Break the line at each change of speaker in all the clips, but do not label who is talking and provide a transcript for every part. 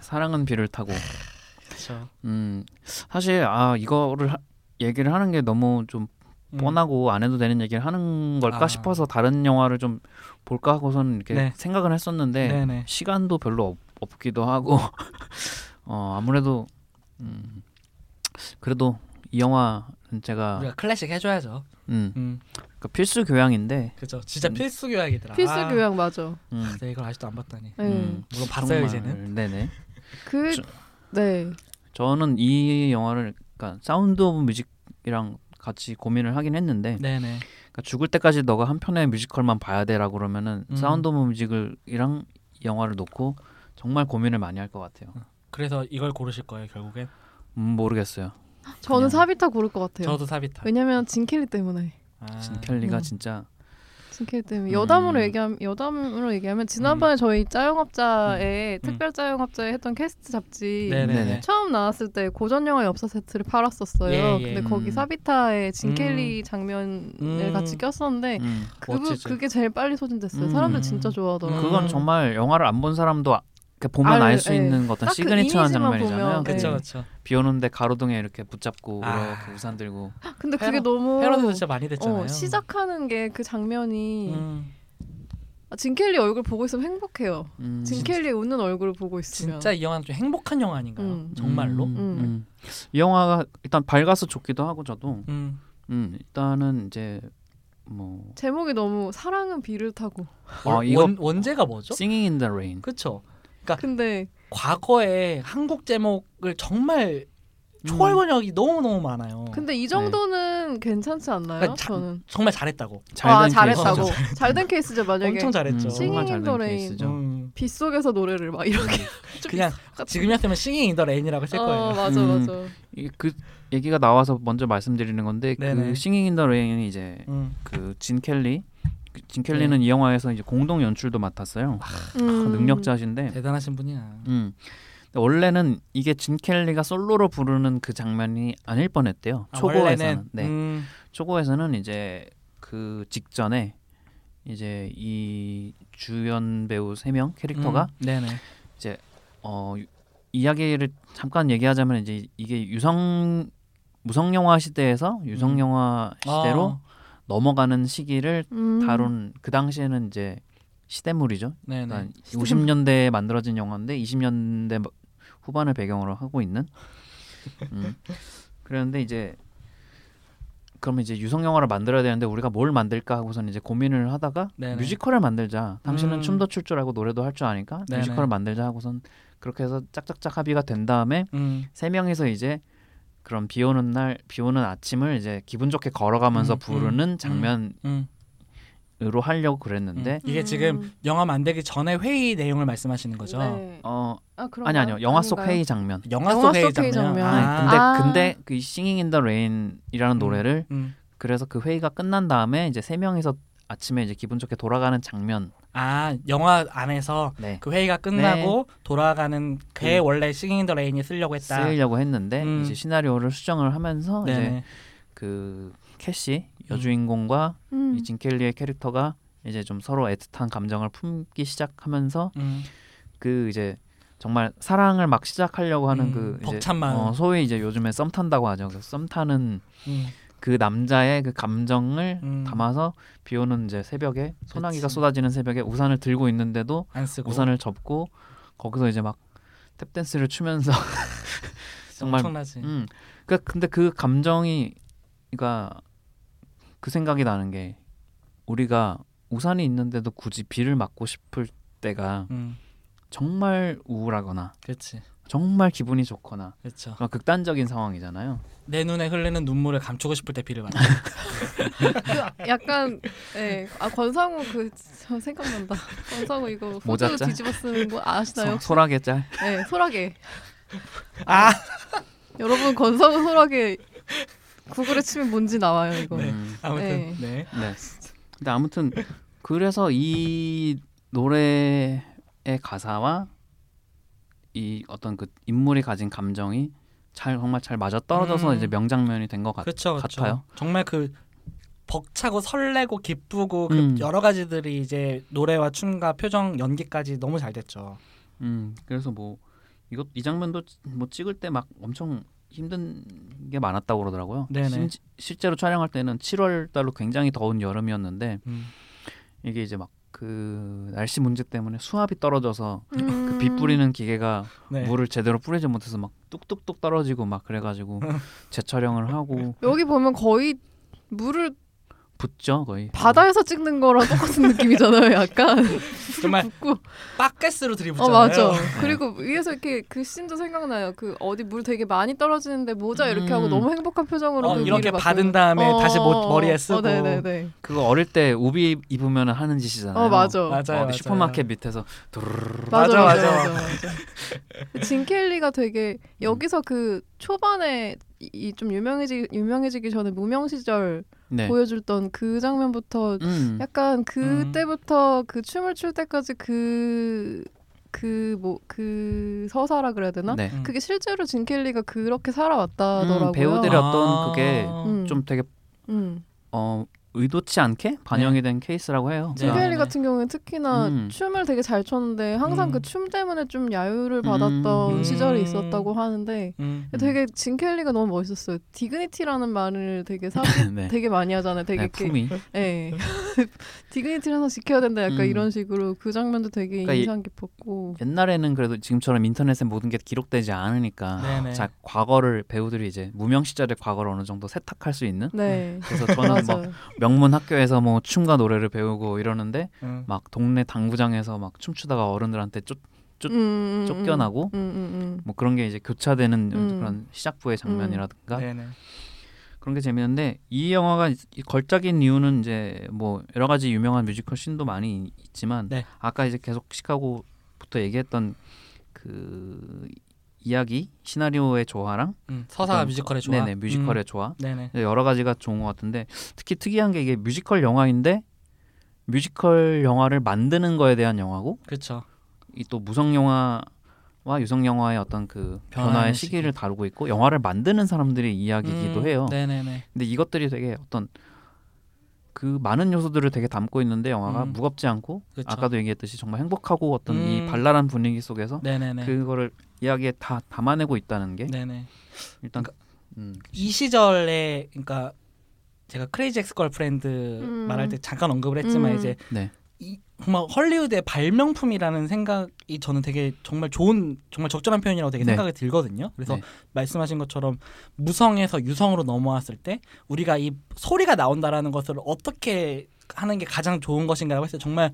사랑은 비를 타고. 음 사실 아 이거를 하- 얘기를 하는 게 너무 좀 뻔하고 안 해도 되는 얘기를 하는 걸까
음. 아.
싶어서 다른 영화를 좀 볼까 하고서는 이렇게
네.
생각을 했었는데
네네.
시간도 별로 없, 없기도 하고 어 아무래도 음 그래도 이 영화는
아.
제가
우리가 클래식 해줘야죠.
음
음,
그러니까 필수 교양인데
그죠. 진짜
음.
필수 교양이더라.
필수
아,
교양 맞아.
음,
네, 이걸 아직도 안 봤다니.
네.
음,
물론
정말,
봤어요 이제는.
네네
그
저-
네.
저는 이 영화를 그러니까 사운드 오브 뮤직이랑 같이 고민을 하긴
음.
했는데
네네.
그러니까 죽을 때까지 너가 한 편의 뮤지컬만 봐야 돼라고 그러면은
음.
사운드 오브 뮤직이랑 이 영화를 놓고 정말 고민을 많이 할 것 같아요.
그래서 이걸 고르실 거예요 결국엔.
음, 모르겠어요.
저는
그냥-
사비타 고를 것 같아요.
저도 사비타.
왜냐면 진켈리 때문에.
아,
진 켈리가
음.
진짜
진켈리 때문에
음.
여담으로 얘기하면 여담으로 얘기하면 지난번에 저희 짜영업자에
음.
특별 짜영업자에 했던 캐스트 잡지
네네네.
네네.
처음 나왔을 때 고전 영화 엽서 세트를 팔았었어요.
예, 예.
근데
음.
거기 사비타의 진켈리 장면을
음.
같이 꼈었는데
음.
그 부-
멋지죠.
그게 제일 빨리 소진됐어요.
음.
사람들 진짜 좋아하더라고요.
음.
그건 정말 영화를 안 본 사람도 아- 이렇게 보면
알-
알 수
예.
있는 어떤
딱그
시그니처한
이미지만
장면이잖아요.
보면,
그
그렇죠
네.
그렇죠.
비 오는데 가로등에 이렇게 붙잡고
아.
이렇게 우산 들고
근데
패러-
그게 너무
패러디도 진짜 많이 됐잖아요.
어, 시작하는 게 그 장면이
음,
아, 진켈리 얼굴 보고 있으면 행복해요.
음.
진켈리 웃는 얼굴 보고 있으면
진짜 이 영화는 좀 행복한 영화 아닌가요?
음.
정말로.
음,
음.
음.
음. 이 영화가 일단 밝아서 좋기도 하고 저도 음, 일단은 이제 뭐
제목이 너무 사랑은 비를 타고.
아, 이거-
원, 원제가 뭐죠?
Singing in the Rain
그렇죠.
근데
과거에 한국 제목을 정말 초월번역이 너무 너무 많아요.
근데 이 정도는 괜찮지 않나요?
어, 그러니까 자-
저는
정말 잘했다고.
잘된
아 잘했다고
케이스죠.
잘된 케이스죠 만약에
엄청 잘했죠.
음, 정말
Singing in
잘된
the Rain.
케이스죠.
음.
빗 속에서 노래를 막 이렇게 좀
그냥 지금이었으면 싱잉 인더 레인이라고 했을
어,
거예요.
맞아
음.
맞아.
이- 그 얘기가 나와서 먼저 말씀드리는 건데
네네.
그 싱잉 인더 레인이 이제
음.
그 진 켈리 그진 켈리는
네.
이 영화에서 이제 공동 연출도 맡았어요.
아.
그
음.
능력자신데
대단하신 분이야. 아,
음. 근데 원래는 이게 진 켈리가 솔로로 부르는 그 장면이 아닐 뻔했대요.
아,
초고에서는
원래는,
네.
음,
초고에서는 이제 그 직전에 이제 이 주연 배우 세 명 캐릭터가
음, 네네.
어 유- 이야기를 잠깐 얘기하자면 이제 이게 유성 무성 영화 시대에서 유성
음.
영화 시대로
아,
넘어가는 시기를
음.
다룬 그 당시에는 이제 시대물이죠.
네네.
그러니까 50년대에 만들어진 영화인데 20년대 마- 후반을 배경으로 하고 있는. 음. 그런데 이제 그러면 이제 유성 영화를 만들어야 되는데 우리가 뭘 만들까 하고선 이제 고민을 하다가
네네.
뮤지컬을 만들자. 당신은
음.
춤도 출 줄 알고 노래도 할 줄 아니까
네네.
뮤지컬을 만들자 하고선 그렇게 해서 짝짝짝 합의가 된 다음에
음.
세 명이서 이제 그런 비 오는 날, 비 오는 아침을 이제 기분 좋게 걸어가면서
음, 음,
부르는
음.
장면으로
음,
하려고
음.
그랬는데
이게
음.
지금 영화 만들기 전에 회의 내용을 말씀하시는 거죠.
네.
어
아 그럼
아니 아니요 영화 속 회의 장면.
영화
영화
속 회의
속 회의
장면.
장면.
아, 근데
아.
근데 그 싱잉 인 더 레인이라는
음.
노래를
음.
그래서 그 회의가 끝난 다음에 이제 세 명이서 아침에 이제 기분 좋게 돌아가는 장면.
아 영화 안에서
네. 음.
그 회의가 끝나고 돌아가는 걔 원래 싱잉 인더 레인이 쓰려고 했다.
쓰려고 했는데
음.
이제 시나리오를 수정을 하면서 이제
네네. 음.
그 캐시 여주인공과
음.
이진 켈리의 캐릭터가 이제 좀 서로 애틋한 감정을 품기 시작하면서
음.
그 이제 정말 사랑을 막 시작하려고 하는
음,
그 이제
벅찬 마음.
어, 소위 이제 요즘에 썸 탄다고 하죠. 그래서 썸 타는
음.
그 남자의 그 감정을
음.
담아서 비오는 이제 새벽에 소나기가
그치.
쏟아지는 새벽에 우산을 들고 있는데도
안 쓰고
우산을 접고 거기서 이제 막 탭댄스를 추면서 정말-
엄청나지.
음. 그 근데 그 감정이 그러니까 그 생각이 나는 게 우리가 우산이 있는데도 굳이 비를 맞고 싶을 때가
음.
정말 우울하거나
그렇지.
정말 기분이 좋거나
그렇죠.
그러니까 극단적인 상황이잖아요.
내 눈에 흘리는 눈물을 감추고 싶을 때 비를 맞아.
약간 예. 아 권상우 그저 생각난다. 권상우 이거 후드
모자짜?
뒤집어 쓰는 거 아시나요?
소, 소라게 짤.
예. 소라게.
아,
여러분 권상우 소라게 구글에 치면 뭔지 나와요 이거.
네.
음.
아무튼 네.
네. 근데 아무튼 그래서 이 노래의 가사와 이 어떤 그 인물이 가진 감정이 잘 정말 잘 맞아 떨어져서
음.
이제 명장면이 된 것 같아요.
그렇죠. 그렇죠.
같아요.
정말 그 벅차고 설레고 기쁘고 그
음.
여러 가지들이 이제 노래와 춤과 표정 연기까지 너무 잘 됐죠.
음, 그래서 뭐 이거 이 장면도 찌- 뭐 찍을 때 막 엄청 힘든 게 많았다고 그러더라고요.
네네.
심지- 실제로 촬영할 때는 7월 달로 굉장히 더운 여름이었는데
음.
이게 이제 막 그 날씨 문제 때문에 수압이 떨어져서
음.
그 빗 뿌리는 기계가
네.
물을 제대로 뿌리지 못해서 막 뚝뚝뚝 떨어지고 막 그래가지고
음.
재촬영을 하고
여기 보면 거의 물을
붙죠 거의
바다에서 찍는 거랑 똑같은 느낌이잖아요. 약간
정말
붓고.
빡게스로 들이붓잖아요. 네.
어 맞아. 그리고 위에서 이렇게 그 씬도 생각나요. 그 어디 물 되게 많이 떨어지는데 모자 이렇게 하고
음.
너무 행복한 표정으로
어,
그
이렇게
위를 막
받은
그-
다음에
어,
다시 못,
어,
머리에
어,
쓰고.
네네네.
음. 그거 어릴 때 우비 입으면 하는 짓이잖아요.
어 맞아.
맞아요.
맞아
어디
맞아요.
슈퍼마켓 밑에서 두르르르
맞아
맞아,
맞아. 맞아. 진 켈리가 되게 여기서 그 초반에 이 좀 유명해지 유명해지기 전에 무명 시절
네.
보여줬던 그 장면부터
음.
약간 그때부터 그 춤을 출 때까지 그 그 뭐 그 서사라 그래야 되나?
네.
음.
그게 실제로 진 켈리가 그렇게
음,
살아왔다더라고요.
배우들의
아.
어떤 그게
음.
좀 되게
음.
어 의도치 않게 반영이 된 케이스라고 해요.
네.
진
그러니까
네.
켈리 같은 경우는 특히나
음.
춤을 되게 잘 췄는데 항상
음.
그 춤 때문에 좀 야유를 받았던
음.
시절이 있었다고 하는데
음.
되게 진 켈리가 너무 멋있었어요. 디그니티라는 말을 되게 사
네.
되게 많이 하잖아요. 되게
네,
이렇게
품이
예. 디그니티를 항상 지켜야 된다 약간
음.
이런 식으로 그 장면도 되게
그러니까 이-
인상 깊었고
옛날에는 그래도 지금처럼 인터넷에 모든 게 기록되지 않으니까
네네.
자 과거를 배우들이 이제 무명 시절의 과거를 어느 정도 세탁할 수 있는
네.
그래서 저는 막
맞아요.
명문 학교에서 뭐 춤과 노래를 배우고 이러는데
음.
막 동네 당구장에서 막 춤추다가 어른들한테 쫓, 쫓-
음, 음,
쫓겨나고
음, 음,
뭐 그런 게 이제 교차되는
음.
그런 시작부의 장면이라든가
음. 네네.
그런 게 재밌는데 이 영화가 이- 이 걸작인 이유는 이제 뭐 여러 가지 유명한 뮤지컬 씬도 많이 있지만
네.
아까 이제 계속 시카고부터 얘기했던 그 이야기 시나리오의 조화랑
음. 서사
어떤-
뮤지컬의 조화.
네네 뮤지컬의
음.
조화
네네.
여러 가지가 좋은 것 같은데 특히 특이한 게 이게 뮤지컬 영화인데 뮤지컬 영화를 만드는 거에 대한 영화고
그렇죠.
이 또 무성 영화와 유성 영화의 어떤 그
변화의
변화의
시기.
시기를 다루고 있고 영화를 만드는 사람들의 이야기이기도
음.
해요.
네네네.
근데 이것들이 되게 어떤 그 많은 요소들을 되게 담고 있는데 영화가
음.
무겁지 않고
그쵸.
아까도 얘기했듯이 정말 행복하고 어떤
음.
이 발랄한 분위기 속에서
네네네.
그거를 이야기에 다 담아내고 있다는 게
네네.
일단
그러니까
음,
이 시절에 그러니까 제가 크레이지 엑스 걸프렌드
음.
말할 때 잠깐 언급을 했지만
음.
이제
네.
이 정말 헐리우드의 발명품이라는 생각이 저는 되게 정말 좋은 정말 적절한 표현이라고 되게
네.
생각이 들거든요. 그래서
네.
말씀하신 것처럼 무성에서 유성으로 넘어왔을 때 우리가 이 소리가 나온다라는 것을 어떻게 하는 게 가장 좋은 것인가라고 했을 때 정말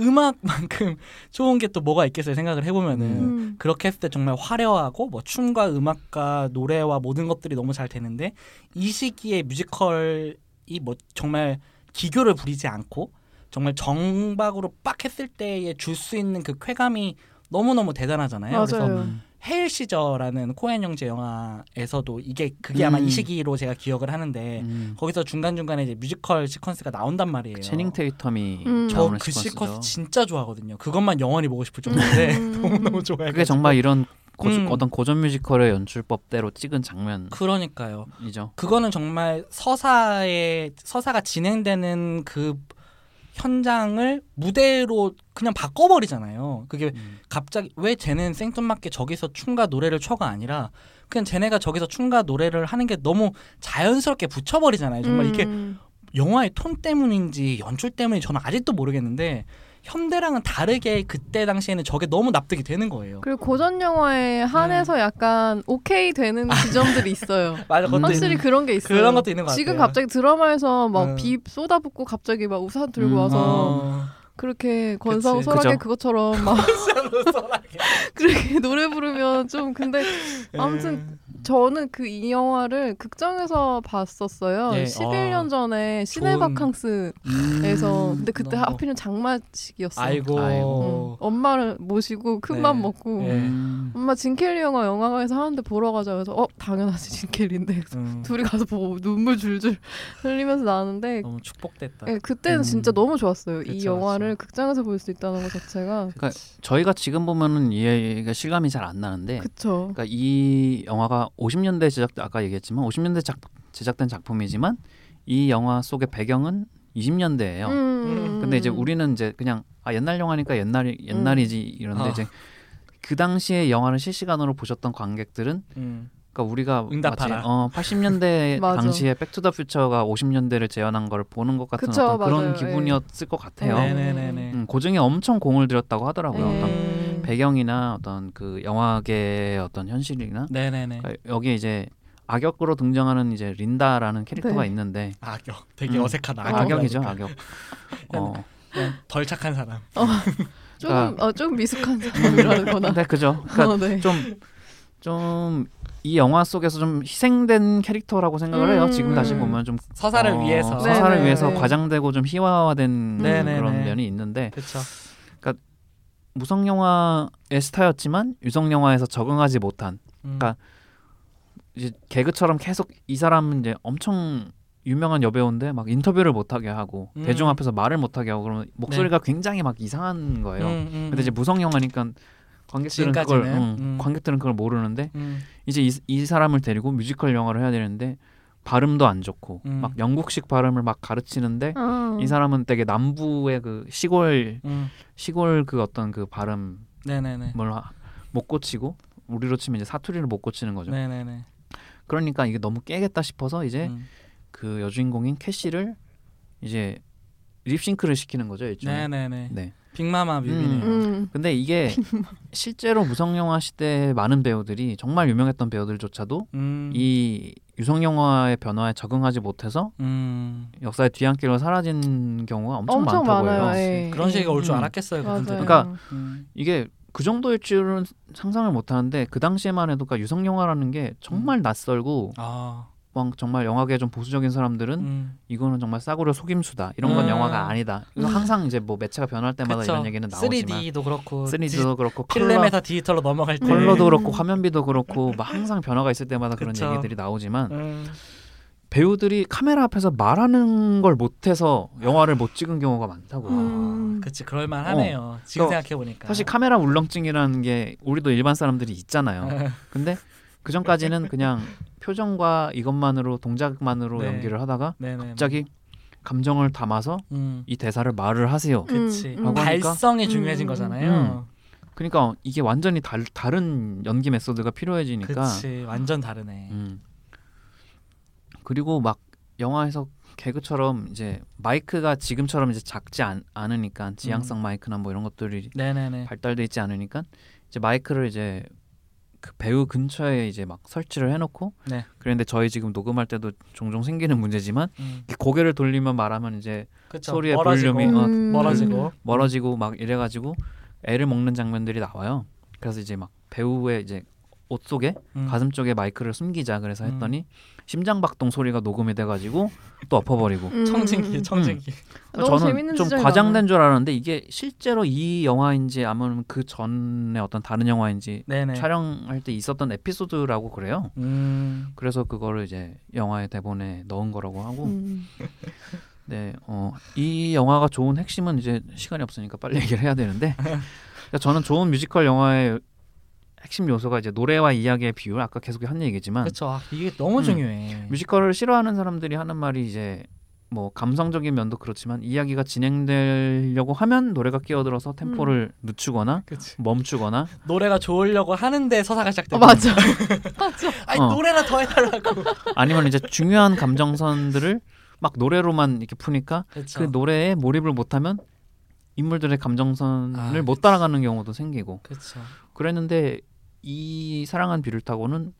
음악만큼 좋은 게 또 뭐가 있겠어요 생각을 해보면은
음.
음.
그렇게 했을 때 정말 화려하고 뭐 춤과 음악과 노래와 모든 것들이 너무 잘 되는데 이 시기에 뮤지컬이 뭐 정말 기교를 부리지 않고 정말 정박으로 빡 했을 때에 줄 수 있는 그 쾌감이 너무너무 대단하잖아요. 그래서
음.
맞아요.
헤일 시저라는 코엔 형제 영화에서도 이게 그게 아마
음.
이 시기로 제가 기억을 하는데
음.
거기서 중간중간에 이제 뮤지컬 시퀀스가 나온단 말이에요.
체닝 음. 테이텀이
음.
저
나오는
그 시퀀스
시퀀스죠.
진짜 좋아하거든요. 그것만 영원히 보고 싶을 정도인데
음.
네. 너무너무 좋아해.
그게 정말 이런 고,
음.
어떤 고전 뮤지컬의 연출법대로 찍은 장면이죠.
그러니까요. 그거는 정말 서사의 서사가 진행되는 그 현장을 무대로 그냥 바꿔버리잖아요. 그게
음.
갑자기 왜 쟤는 생뚱맞게 저기서 춤과 노래를 춰가 아니라 그냥 쟤네가 저기서 춤과 노래를 하는 게 너무 자연스럽게 붙여버리잖아요. 정말 이게
음.
영화의 톤 때문인지 연출 때문인지 저는 아직도 모르겠는데 현대랑은 다르게 그때 당시에는 저게 너무 납득이 되는 거예요.
그리고 고전 영화에 한해서 약간 오케이 되는 지점들이 있어요.
맞아,
그것도
확실히 그런 게 있어요.
그런 것도 있는 것
지금
같아요.
갑자기 드라마에서
음.
막 비 쏟아붓고 갑자기 막 우산 들고
음.
와서
어.
그렇게 건사우
그치.
설하게
그죠.
그것처럼 막 그렇게 노래 부르면 좀 근데
예.
아무튼 저는 그 이 영화를 극장에서 봤었어요.
네,
11년 전에 시네
좋은- 음,
바캉스에서
음.
근데 그때
너무-
하필은 장마식이었어요.
아이고.
음, 엄마를 모시고
네.
큰맘 먹고
네.
음.
엄마 진켈리 영화 영화관에서 하는데 보러 가자 그래서 어 당연하지 진켈리인데
음.
둘이 가서 보고 눈물 줄줄 흘리면서 나왔는데
너무 축복됐다.
예, 그때는
음.
진짜 너무 좋았어요. 이
어, 그쵸,
영화를 극장에서 볼 수 있다는 것 자체가
그러니까 저희가 지금 보면은 얘가 실감이 잘 안 나는데
그쵸.
그러니까 이 영화가 50년대 제작 아까 얘기했지만 50년대 작, 제작된 작품이지만 이 영화 속의 배경은 20년대예요.
음. 음.
근데 이제 우리는 이제 그냥 아 옛날 영화니까 옛날이 옛날이지 이런데
아.
이제 그 당시에 영화를 실시간으로 보셨던 관객들은
음.
그러니까 우리가
응답하라.
마치, 어, 80년대
맞아.
당시에 백투더퓨처가 50년대를 재현한 걸 보는 것 같은
그쵸,
어떤
맞아요. 예.
그런 기분이었을 것 같아요.
네.
네네네네.
어. 음, 고증에 엄청 공을 들였다고 하더라고요.
네.
어떤
음.
배경이나 어떤 그 영화계의 어떤 현실이나
네네네.
그러니까 여기에 이제 악역으로 등장하는 이제 린다라는 캐릭터가
네.
있는데
악역. 되게
음.
어색하다. 네.
악역이죠 악역. 어,
그냥 덜 착한 사람.
조금 어, 조금 미숙한 사람이라거나.
그러니까 근데 그죠. 그러니까
어, 네.
좀 좀 이 영화 속에서 좀 희생된 캐릭터라고 생각을 해요.
음.
지금 다시 보면 좀
서사를
어,
위해서.
네.
서사를
네네.
위해서 과장되고 좀 희화화된
네네네.
그런 면이 있는데
그렇죠.
무성 영화의 스타였지만 유성 영화에서 적응하지 못한
음.
그러니까 이제 개그처럼 계속 이 사람은 이제 엄청 유명한 여배우인데 막 인터뷰를 못하게 하고
음. 네.
대중 앞에서 말을 못하게 하고 그러면 목소리가 굉장히 막 이상한
음,
거예요. 근데 이제 무성 영화니까 관객들은 그걸
지금까지는.
응,
음.
관객들은 그걸 모르는데 이제 이, 이 사람을 데리고 뮤지컬 영화를 해야 되는데 발음도 안 좋고
음.
막 영국식 발음을 막 가르치는데
어.
이 사람은 되게 남부의 그 시골 시골 그 어떤 그 발음을
음. 네네네.
하- 못 고치고 우리로 치면 이제 사투리를 못 고치는 거죠. 예?
네네네.
그러니까 이게 너무 깨겠다 싶어서 이제
음.
그 여주인공인 캐시를 이제 립싱크를 시키는 거죠 일종의.
네네네.
네.
빅마마 뮤비네요.
음.
근데 이게 실제로 무성 영화 시대의 많은 배우들이 정말 유명했던 배우들조차도
음.
이 유성 영화의 변화에 적응하지 못해서
음.
역사의 뒤안길로 사라진 경우가 엄청,
엄청
많다고
많아요.
해요.
예.
네. 그런 식이 올 줄
음.
알았겠어요.
맞아요.
그분들은.
그러니까
음.
이게 그 정도일 줄은 상상을 못 하는데 그 당시에만 해도 그러니까 유성 영화라는 게 정말
음.
낯설고
아.
막 정말 영화계 좀 보수적인 사람들은
음.
이거는 정말 싸구려 속임수다. 이런 건
음.
영화가 아니다. 이거 항상 이제 뭐 매체가 변할 때마다
그쵸.
이런 얘기는 나오지만
3D도 그렇고
3D도 그렇고
디- 필름에서 디지털로 넘어갈 때
컬러, 컬러도 그렇고 화면비도 그렇고 막 항상 변화가 있을 때마다 그런
그쵸.
얘기들이 나오지만
음.
배우들이 카메라 앞에서 말하는 걸 못해서 영화를 못 찍은 경우가 많다고요.
음.
아, 그치 그럴 만하네요. 지금
그러니까
생각해 보니까
사실 카메라 울렁증이라는 게 우리도 일반 사람들이
음.
있잖아요. 근데 그 전까지는 그냥 표정과 이것만으로 동작만으로
네.
연기를 하다가
네네
갑자기 감정을 담아서
음.
이 대사를 말을 하세요.
그치
음, 음.
발성이
음,
중요해진
음,
거잖아요.
그러니까 이게 완전히 달, 다른 연기 메소드가 필요해지니까.
그치 완전 다르네.
그러니까. 음. 그리고 막 영화에서 개그처럼 이제 마이크가 지금처럼 이제 작지 않, 않으니까 지향성
음.
마이크나 뭐 이런 것들이
네네네.
발달돼 있지 않으니까 이제 마이크를 이제 그 배우 근처에 이제 막 설치를 해놓고
네.
그런데 저희 지금 녹음할 때도 종종 생기는 문제지만
음.
이렇게 고개를 돌리면 말하면 이제
그쵸
소리의
멀어지고,
볼륨이, 어,
음.
멀어지고
멀어지고 막 이래가지고 애를 먹는 장면들이 나와요. 그래서 이제 막 배우의 이제 옷 속에
음.
가슴 쪽에 마이크를 숨기자 그래서 했더니 심장 박동 소리가 녹음이 돼가지고 또 엎어버리고
음.
청진기 청진기.
너무
저는
재밌는
좀
지점이
과장된 줄 알았는데 이게 실제로 이 영화인지 아니면 그 전에 어떤 다른 영화인지
네네.
촬영할 때 있었던 에피소드라고 그래요.
음.
그래서 그거를 이제 영화의 대본에 넣은 거라고 하고
음.
네, 어, 이 영화가 좋은 핵심은 이제 시간이 없으니까 빨리 얘기를 해야 되는데 그러니까 저는 좋은 뮤지컬 영화의 핵심 요소가 이제 노래와 이야기의 비율 아까 계속 한 얘기지만
그쵸 아, 이게 너무
음.
중요해.
뮤지컬을 싫어하는 사람들이 하는 말이 이제 뭐 감성적인 면도 그렇지만 이야기가 진행되려고 하면 노래가 끼어들어서
음.
템포를 늦추거나
그치
멈추거나
노래가 좋으려고 하는데 서사가 시작돼.
어, 맞아. 맞아.
아니
어. 그
노래나 더 해달라고.
아니면 이제 중요한 감정선들을 막 노래로만 이렇게 푸니까
그쵸.
그 노래에 몰입을 못하면 인물들의 감정선을
아,
못 따라가는 경우도 생기고
그쵸.
그랬는데 이 사랑한 비를 타고는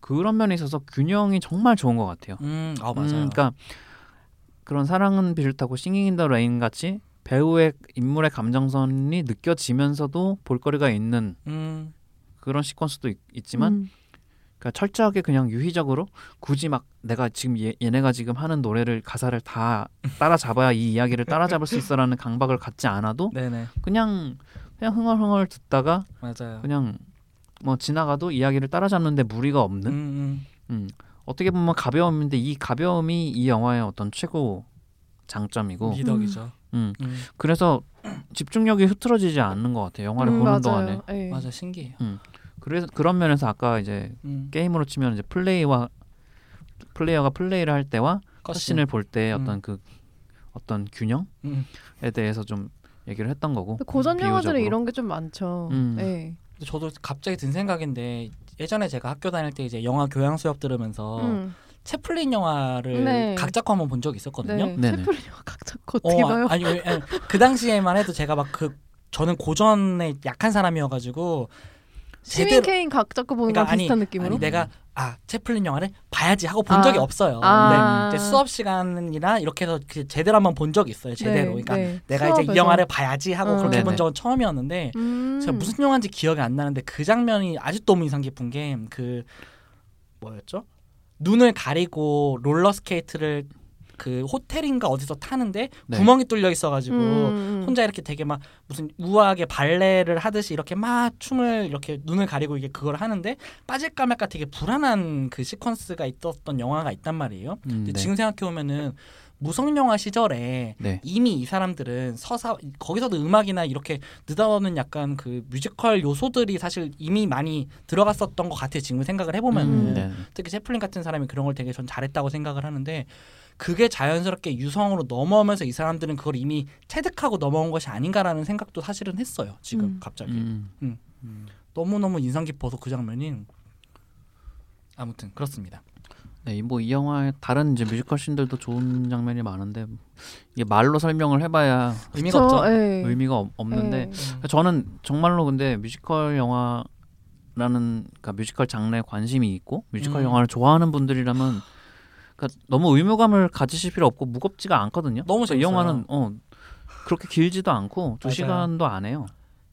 그런 면에 있어서 균형이 정말 좋은 것 같아요.
음, 아
음,
맞아요.
그러니까 그런 사랑은 비를 타고 싱잉 인 더 레인 같이 배우의 인물의 감정선이 느껴지면서도 볼거리가 있는
음,
그런 시퀀스도 있, 지만
음.
그러니까 철저하게 그냥 유희적으로 굳이 막 내가 지금 얘, 얘네가 지금 하는 노래를 가사를 다 따라잡아야 이 이야기를 따라잡을 수 있어라는 강박을 갖지 않아도
네네
그냥 그냥 흥얼흥얼 듣다가
맞아요.
그냥 뭐 지나가도 이야기를 따라잡는데 무리가
음,
없는
음.
음. 어떻게 보면 가벼움인데 이 가벼움이 이 영화의 어떤 최고 장점이고
미덕이죠.
음.
음.
그래서 집중력이 흐트러지지 않는 것 같아요 영화를
음,
보는
맞아요.
동안에
예.
맞아 신기해요.
그래서 그런 면에서 아까 이제
음.
게임으로 치면 이제 플레이와 플레이어가 플레이를 할 때와 컷신을 볼 때의
음.
어떤 그 어떤 균형에
음.
대해서 좀 얘기를 했던 거고
고전 영화들은
음, 비유적으로.
이런 게 좀 많죠.
음.
예.
근데 저도 갑자기 든 생각인데 예전에 제가 학교 다닐 때 이제 영화 교양 수업 들으면서
음.
채플린 영화를
네.
각자코 한번 본 적이 있었거든요.
네.
네네.
셰프린 영화 각자 거 어떻게
아-
봐요?
아니, 왜- 아니, 그 당시에만 해도 제가 막 그 저는 고전에 약한 사람이어가지고
시민 케인 각자 거 보는
그러니까
거랑
아니,
비슷한 느낌으로.
아니 내가 아 채플린 영화를 봐야지 하고 본
아.
적이 없어요.
아.
근데 이제 수업 시간이나 이렇게 해서 그 제대로 한번 본 적이 있어요. 제대로. 그러니까
네.
내가 이제 이
수업에서.
영화를 봐야지 하고
어.
그렇게 본
네네.
적은 처음이었는데
음.
제가 무슨 영화인지 기억이 안 나는데 그 장면이 아직도 너무 인상 깊은 게 그 뭐였죠? 눈을 가리고 롤러 스케이트를 그 호텔인가 어디서 타는데
네.
구멍이 뚫려 있어가지고
음.
혼자 이렇게 되게 막 무슨 우아하게 발레를 하듯이 이렇게 막 춤을 이렇게 눈을 가리고 이게 그걸 하는데 빠질까 말까 되게 불안한 그 시퀀스가 있었던 영화가 있단 말이에요.
음,
근데
네.
지금 생각해 보면은 무성 영화 시절에
네.
이미 이 사람들은 서사 거기서도 음악이나 이렇게 느닷없는 약간 그 뮤지컬 요소들이 사실 이미 많이 들어갔었던 것 같아요. 지금 생각을 해보면은
음, 네.
특히 채플린 같은 사람이 그런 걸 되게 전 잘했다고 생각을 하는데 그게 자연스럽게 유성으로 넘어오면서 이 사람들은 그걸 이미 체득하고 넘어온 것이 아닌가라는 생각도 사실은 했어요. 지금
음.
갑자기
음.
음.
음.
너무 너무 인상 깊어서 그 장면이 아무튼 그렇습니다.
네, 뭐 이 영화의 다른 이제 뮤지컬 씬들도 좋은 장면이 많은데 이게 말로 설명을 해봐야
의미가
저,
없죠.
예.
의미가 없- 없는데 그러니까
예.
음.
저는 정말로 근데 뮤지컬 영화라는 그러니까 뮤지컬 장르에 관심이 있고 뮤지컬
음.
영화를 좋아하는 분들이라면 그러니까 너무 의무감을 가지실 필요 없고 무겁지가 않거든요.
너무
그래서 이
재밌어요.
영화는 어 그렇게 길지도 않고 두
그렇죠. 맞아요.
시간도 안 해요.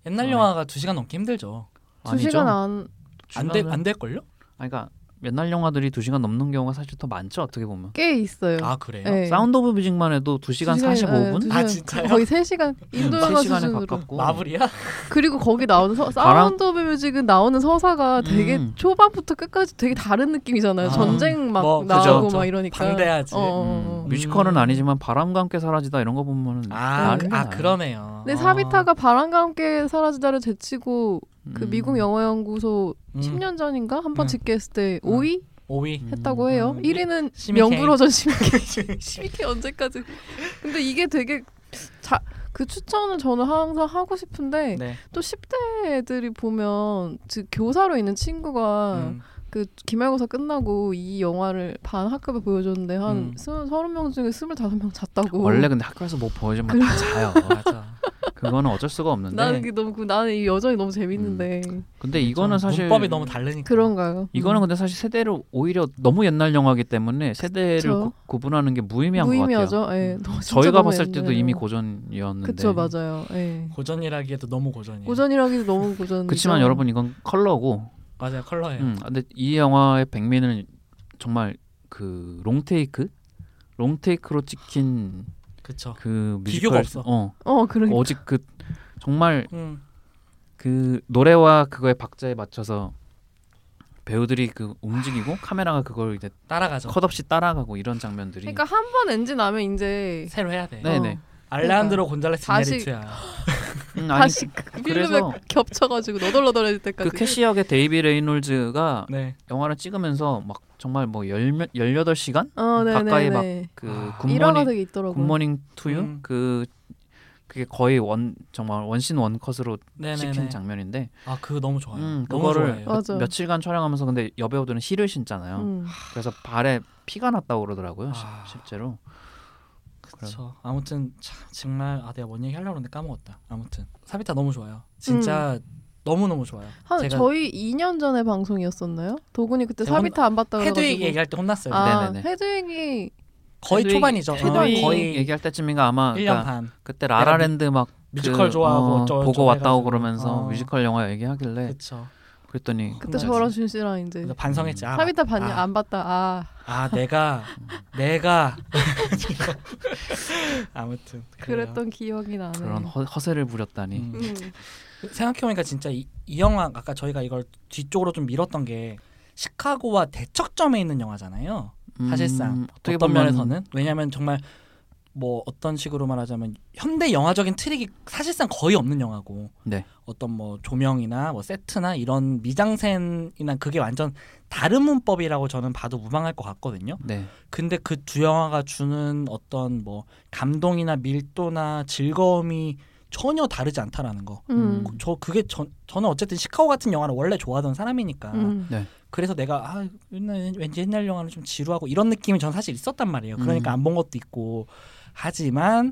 옛날
네.
영화가 두 시간 넘기 힘들죠.
두 시간 아- 안
중간은-
안될안 될걸요?
아니, 그러니까 옛날 영화들이 두 시간 넘는 경우가 사실 더 많죠. 어떻게 보면
꽤
네.
있어요.
아 그래요?
예.
사운드 오브 뮤직만 해도 두 시간
두 시간, 예,
45분
두
아,
시간,
진짜요? 음,
거의 3시간 인도 영화
세 시간에
수준으로.
가깝고
마블이야?
그리고 거기 나오는 서, 사운드 오브 뮤직은 나오는 서사가 되게
음.
초반부터 끝까지 되게 다른 느낌이잖아요.
아.
전쟁 막
뭐, 그죠,
나오고
그죠.
막 이러니까.
방대하지.
어, 어, 어.
음, 뮤지컬은
음.
아니지만 바람과 함께 사라지다 이런 거 보면은
아,
난리
그- 아
나요.
그러네요.
근데
어.
사비타가 바람과 함께 사라지다를 제치고 그
음.
미국 영어연구소
음.
10년 전인가 한 번
음.
집계했을 때
음.
5위
오이
했다고 해요.
음.
1위는
시민케인.
명불허전 시민케. 시민케 언제까지? 근데 이게 되게 자, 그 추천을 저는 항상 하고 싶은데
네.
또 10대 애들이 보면 즉 교사로 있는 친구가
음.
그 기말고사 끝나고 이 영화를 반 학급에 보여줬는데 한
음.
스무 서른 명 중에 스물다섯 명 잤다고.
원래 근데 학교에서 뭐 보여주면 다 자요.
맞아.
그거는 어쩔 수가 없는데.
나는 그게 너무 나는 이 여전히 너무 재밌는데
근데 이거는 사실
그렇죠. 문법이 너무 다르니까.
그런가요?
음. 이거는
음.
근데 사실 세대를 오히려 너무 옛날 영화이기 때문에 세대를
그쵸.
구, 분하는게 무의미한 것 같아요. 음.
무의미하죠. 예. 너무- 진짜
저희가
너무
봤을 때도
옛날이에요.
이미 고전이었는데. 네.
그쵸 맞아요. 예.
고전이라기에도 너무 고전이에요.
고전이라기도 너무 고전.
그렇지만 여러분 이건 컬러고.
맞아요. 컬러예요.
음, 근데 이 영화의 백미는 정말 그 롱테이크, 롱테이크로 찍힌
그쵸.
그 뮤지컬.
비교가 없어.
어,
어 그러니까
오직 그 정말
음.
그 노래와 그거의 박자에 맞춰서 배우들이 그 움직이고 카메라가 그걸 이제
따라가죠.
컷없이 따라가고 이런 장면들이
그러니까 한 번 엔진 나면 이제
새로 해야 돼.
네. 네네.
어,
알레한드로 곤잘레스
다시-
이냐리투야.
음, 아니,
다시 그 필름에
그래서-
겹쳐가지고 너덜너덜해질 때까지.
그 캐시역의 데이비 레이놀즈가
네.
영화를 찍으면서 막 정말 뭐 열몇 열여덟 시간
어, 네네네.
가까이 막 그
아.
일화가
굿모닝
되게 있더라고.
굿모닝 투유
음.
그 그게 거의 원 정말 원신 원컷으로
네네네.
찍힌 장면인데
아 그거 너무 좋아요.
음,
너무
그거를
좋아요.
맞아.
며칠간 촬영하면서 근데 여배우들은 실을 신잖아요.
음.
그래서 발에 피가 났다고 그러더라고요. 시-
아.
실제로.
그렇죠. 아무튼 참 정말 아 내가 뭔 얘기 하려고 했는데 까먹었다. 아무튼 사비타 너무 좋아요. 진짜 너무 너무 좋아요.
음. 한
제가
저희 2년 전에 방송이었었나요? 도군이 그때
저건
사비타 안 봤다고
헤드윅 얘기할 때 혼났어요.
아,
네네네.
헤드윅이
거의
헤드윅-
초반이죠.
헤드윅
어, 거의
얘기할 때쯤인가 아마
1년
그러니까
반.
그때 라라랜드 막
뮤지컬
그,
좋아하고
어,
어쩌고
보고
저쩌고
왔다고
해가지고.
그러면서
어.
뮤지컬 영화 얘기하길래
그렇죠.
그랬더니
그때
혼나지.
저랑 준 씨랑 이제
그래서 반성했지. 아,
사비타 봤냐?
아,
안 봤다. 아,
아 내가 내가 아무튼 그래요.
그랬던 기억이 나네.
그런 허, 허세를 부렸다니.
음.
음.
생각해보니까 진짜 이, 이 영화 아까 저희가 이걸 뒤쪽으로 좀 밀었던 게 시카고와 대척점에 있는 영화잖아요.
음,
사실상
어떻게
어떤
보면
면에서는 왜냐하면 정말 뭐 어떤 식으로 말하자면 현대 영화적인 트릭이 사실상 거의 없는 영화고
네.
어떤 뭐 조명이나 뭐 세트나 이런 미장센이나 그게 완전 다른 문법이라고 저는 봐도 무방할 것 같거든요.
네.
근데 그 두 영화가 주는 어떤 뭐 감동이나 밀도나 즐거움이 전혀 다르지 않다라는 거.
음.
음.
저 그게 전 저는 어쨌든 시카고 같은 영화를 원래 좋아하던 사람이니까
음.
그래서 내가 아 옛날- 왠지 옛날 영화는 좀 지루하고 이런 느낌이 전 사실 있었단 말이에요. 그러니까
음.
안 본 것도 있고 하지만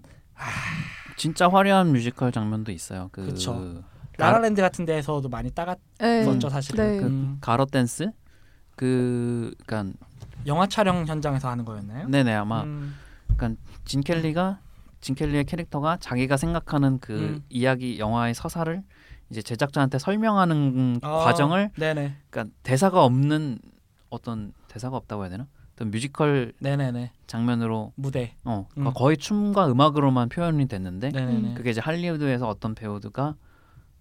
진짜 화려한 뮤지컬 장면도 있어요. 그
그쵸. 라라랜드 같은 데에서도 많이 따갔었죠
네.
음.
사실은.
네.
음,
가로 댄스 그 그러니까
영화 촬영 현장에서 하는 거였나요?
네네 아마
음,
진 켈리가 진 켈리의 캐릭터가 자기가 생각하는 그
음.
이야기 영화의 서사를 이제 제작자한테 설명하는
아,
그 과정을
네네
그러니까 대사가 없는 어떤 대사가 없다고 해야 되나? 어떤 뮤지컬
네네네
장면으로
무대
어
음.
거의 춤과 음악으로만 표현이 됐는데
네네네
그게 이제 할리우드에서 어떤 배우가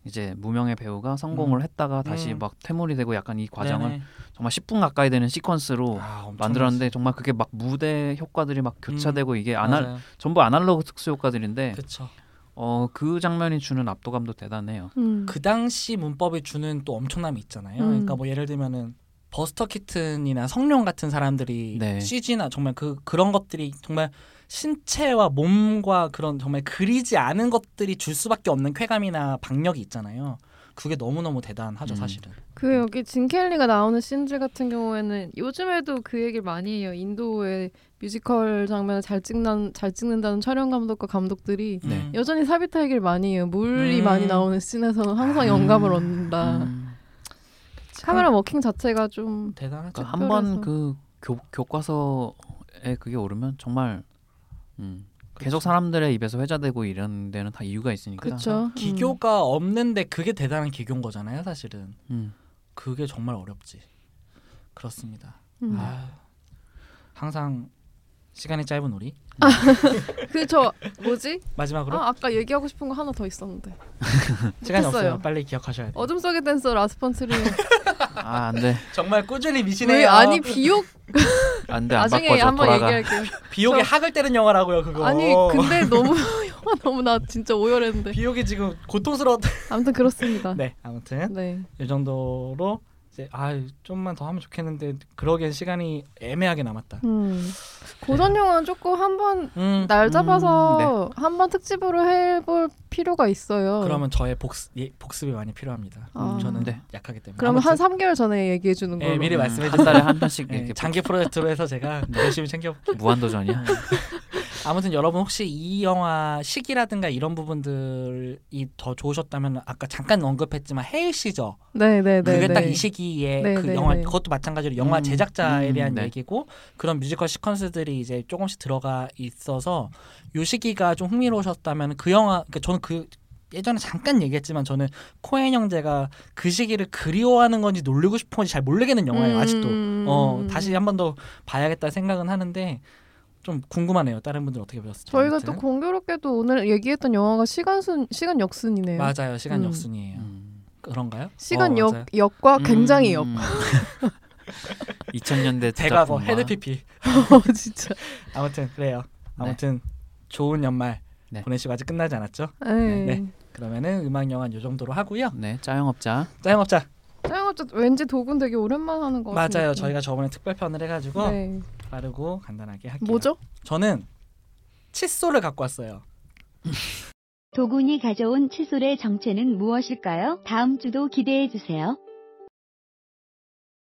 이제 무명의 배우가 성공을 했다가 다시
음.
막 퇴물이 되고 약간 이 과정을
네네.
정말 10분 가까이 되는 시퀀스로
아, 엄청났어요. 음.
만들었는데 정말 그게 막 무대 효과들이 막 교차되고 이게 아날
맞아요.
전부 아날로그 특수 효과들인데
그쵸.
어 그 장면이 주는 압도감도 대단해요.
음.
그 당시 문법이 주는 또 엄청남이 있잖아요.
음.
그러니까 뭐 예를 들면은 버스터 키튼이나 성룡 같은 사람들이
네.
CG나 정말 그 그런 것들이 정말 신체와 몸과 그런 정말 그리지 않은 것들이 줄 수밖에 없는 쾌감이나 박력이 있잖아요. 그게 너무 너무 대단하죠,
음.
사실은.
그 여기 진 켈리가 나오는 씬들 같은 경우에는 요즘에도 그 얘기를 많이 해요. 인도의 뮤지컬 장면을 잘 찍는 잘 찍는다는 촬영 감독과 감독들이
네.
음.
여전히 삽입할 얘기를 많이 해요. 물이
음.
많이 나오는 씬에서는 항상
음.
영감을
아,
얻는다.
음.
카메라 워킹 자체가 좀
대단하죠.
그러니까 한번 그 교, 교과서에 그게 오르면 정말 음, 계속 사람들의 입에서 회자되고 이런 데는 다 이유가 있으니까.
그렇죠.
그러니까. 음. 기교가 없는데 그게 대단한 기교인 거잖아요, 사실은.
음.
그게 정말 어렵지. 그렇습니다.
음.
아유, 항상 시간이 짧은 우리
그저 뭐지?
마지막으로
아 아까 얘기하고 싶은 거 하나 더 있었는데
시간이
못했어요.
없어요. 빨리 기억하셔야 돼요.
어둠 속의 댄서 라스펀트를
아 안돼
정말 꾸준히 어, 미시네요.
왜 아니 비옥
네, 안돼 안
나중에
바꿔줘
한번
돌아가.
얘기할게요.
비옥에
저-
학을 때린 영화라고요, 그거.
아니 근데 너무 영화 너무 나 진짜 오열했는데.
비옥이 지금 고통스러웠다.
아무튼 그렇습니다.
네, 아무튼
네.
이 정도로 이제 아, 좀만 더 하면 좋겠는데 그러기엔 시간이 애매하게 남았다.
음. 고전 영화는 조금 한번
음,
날
음,
잡아서 한번 특집으로 해볼 필요가 있어요.
네. 그러면 저의 복습, 예, 복습이 많이 필요합니다.
아.
저는
네.
약하기 때문에.
그러면 한
아무튼
3개월 전에 얘기해 주는 걸로.
예, 미리 말씀해
음. 한 달에
주세요.
한 편씩
예,
이렇게
장기 프로젝트로 해서 제가 네, 열심히 챙겨
무한 도전이야.
아무튼 여러분 혹시 이 영화 시기라든가 이런 부분들이 더 좋으셨다면 아까 잠깐 언급했지만 해일 시저
네, 네, 네.
그게
네.
딱 이 시기에
네,
그
네,
영화
네.
그것도 마찬가지로 영화
음,
제작자에
음,
대한
네.
얘기고 그런 뮤지컬 시퀀스들이 이제 조금씩 들어가 있어서 요 시기가 좀 흥미로우셨다면 그 영화 그러니까 저는 그 예전에 잠깐 얘기했지만 저는 코엔 형제가 그 시기를 그리워하는 건지 놀리고 싶은 건지 잘 모르겠는 영화예요 아직도
음.
어 다시 한 번 더 봐야겠다 생각은 하는데 좀 궁금하네요. 다른 분들 어떻게 보셨을지.
저희가
아무튼.
또 공교롭게도 오늘 얘기했던 영화가 시간순 시간 역순이네요.
맞아요. 시간
음.
역순이에요.
음.
그런가요?
시간
어,
역
맞아요.
역과 굉장히 역.
2000년대
제가 뭐 헤드 PP.
어, 진짜.
아무튼 그래요.
네.
아무튼 좋은 연말
네.
보내시고 아직 끝나지 않았죠?
네.
네. 그러면은 음악 영화 요 정도로 하고요.
네 짜영업자
짜영업자
짜영업자 왠지 도군 되게 오랜만에 하는 거 같아요.
맞아요. 저희가 저번에 특별편을 해가지고
어, 네.
빠르고 간단하게 할게요.
뭐죠?
저는 칫솔을 갖고 왔어요.
도군이 가져온 칫솔의 정체는 무엇일까요? 다음 주도 기대해 주세요.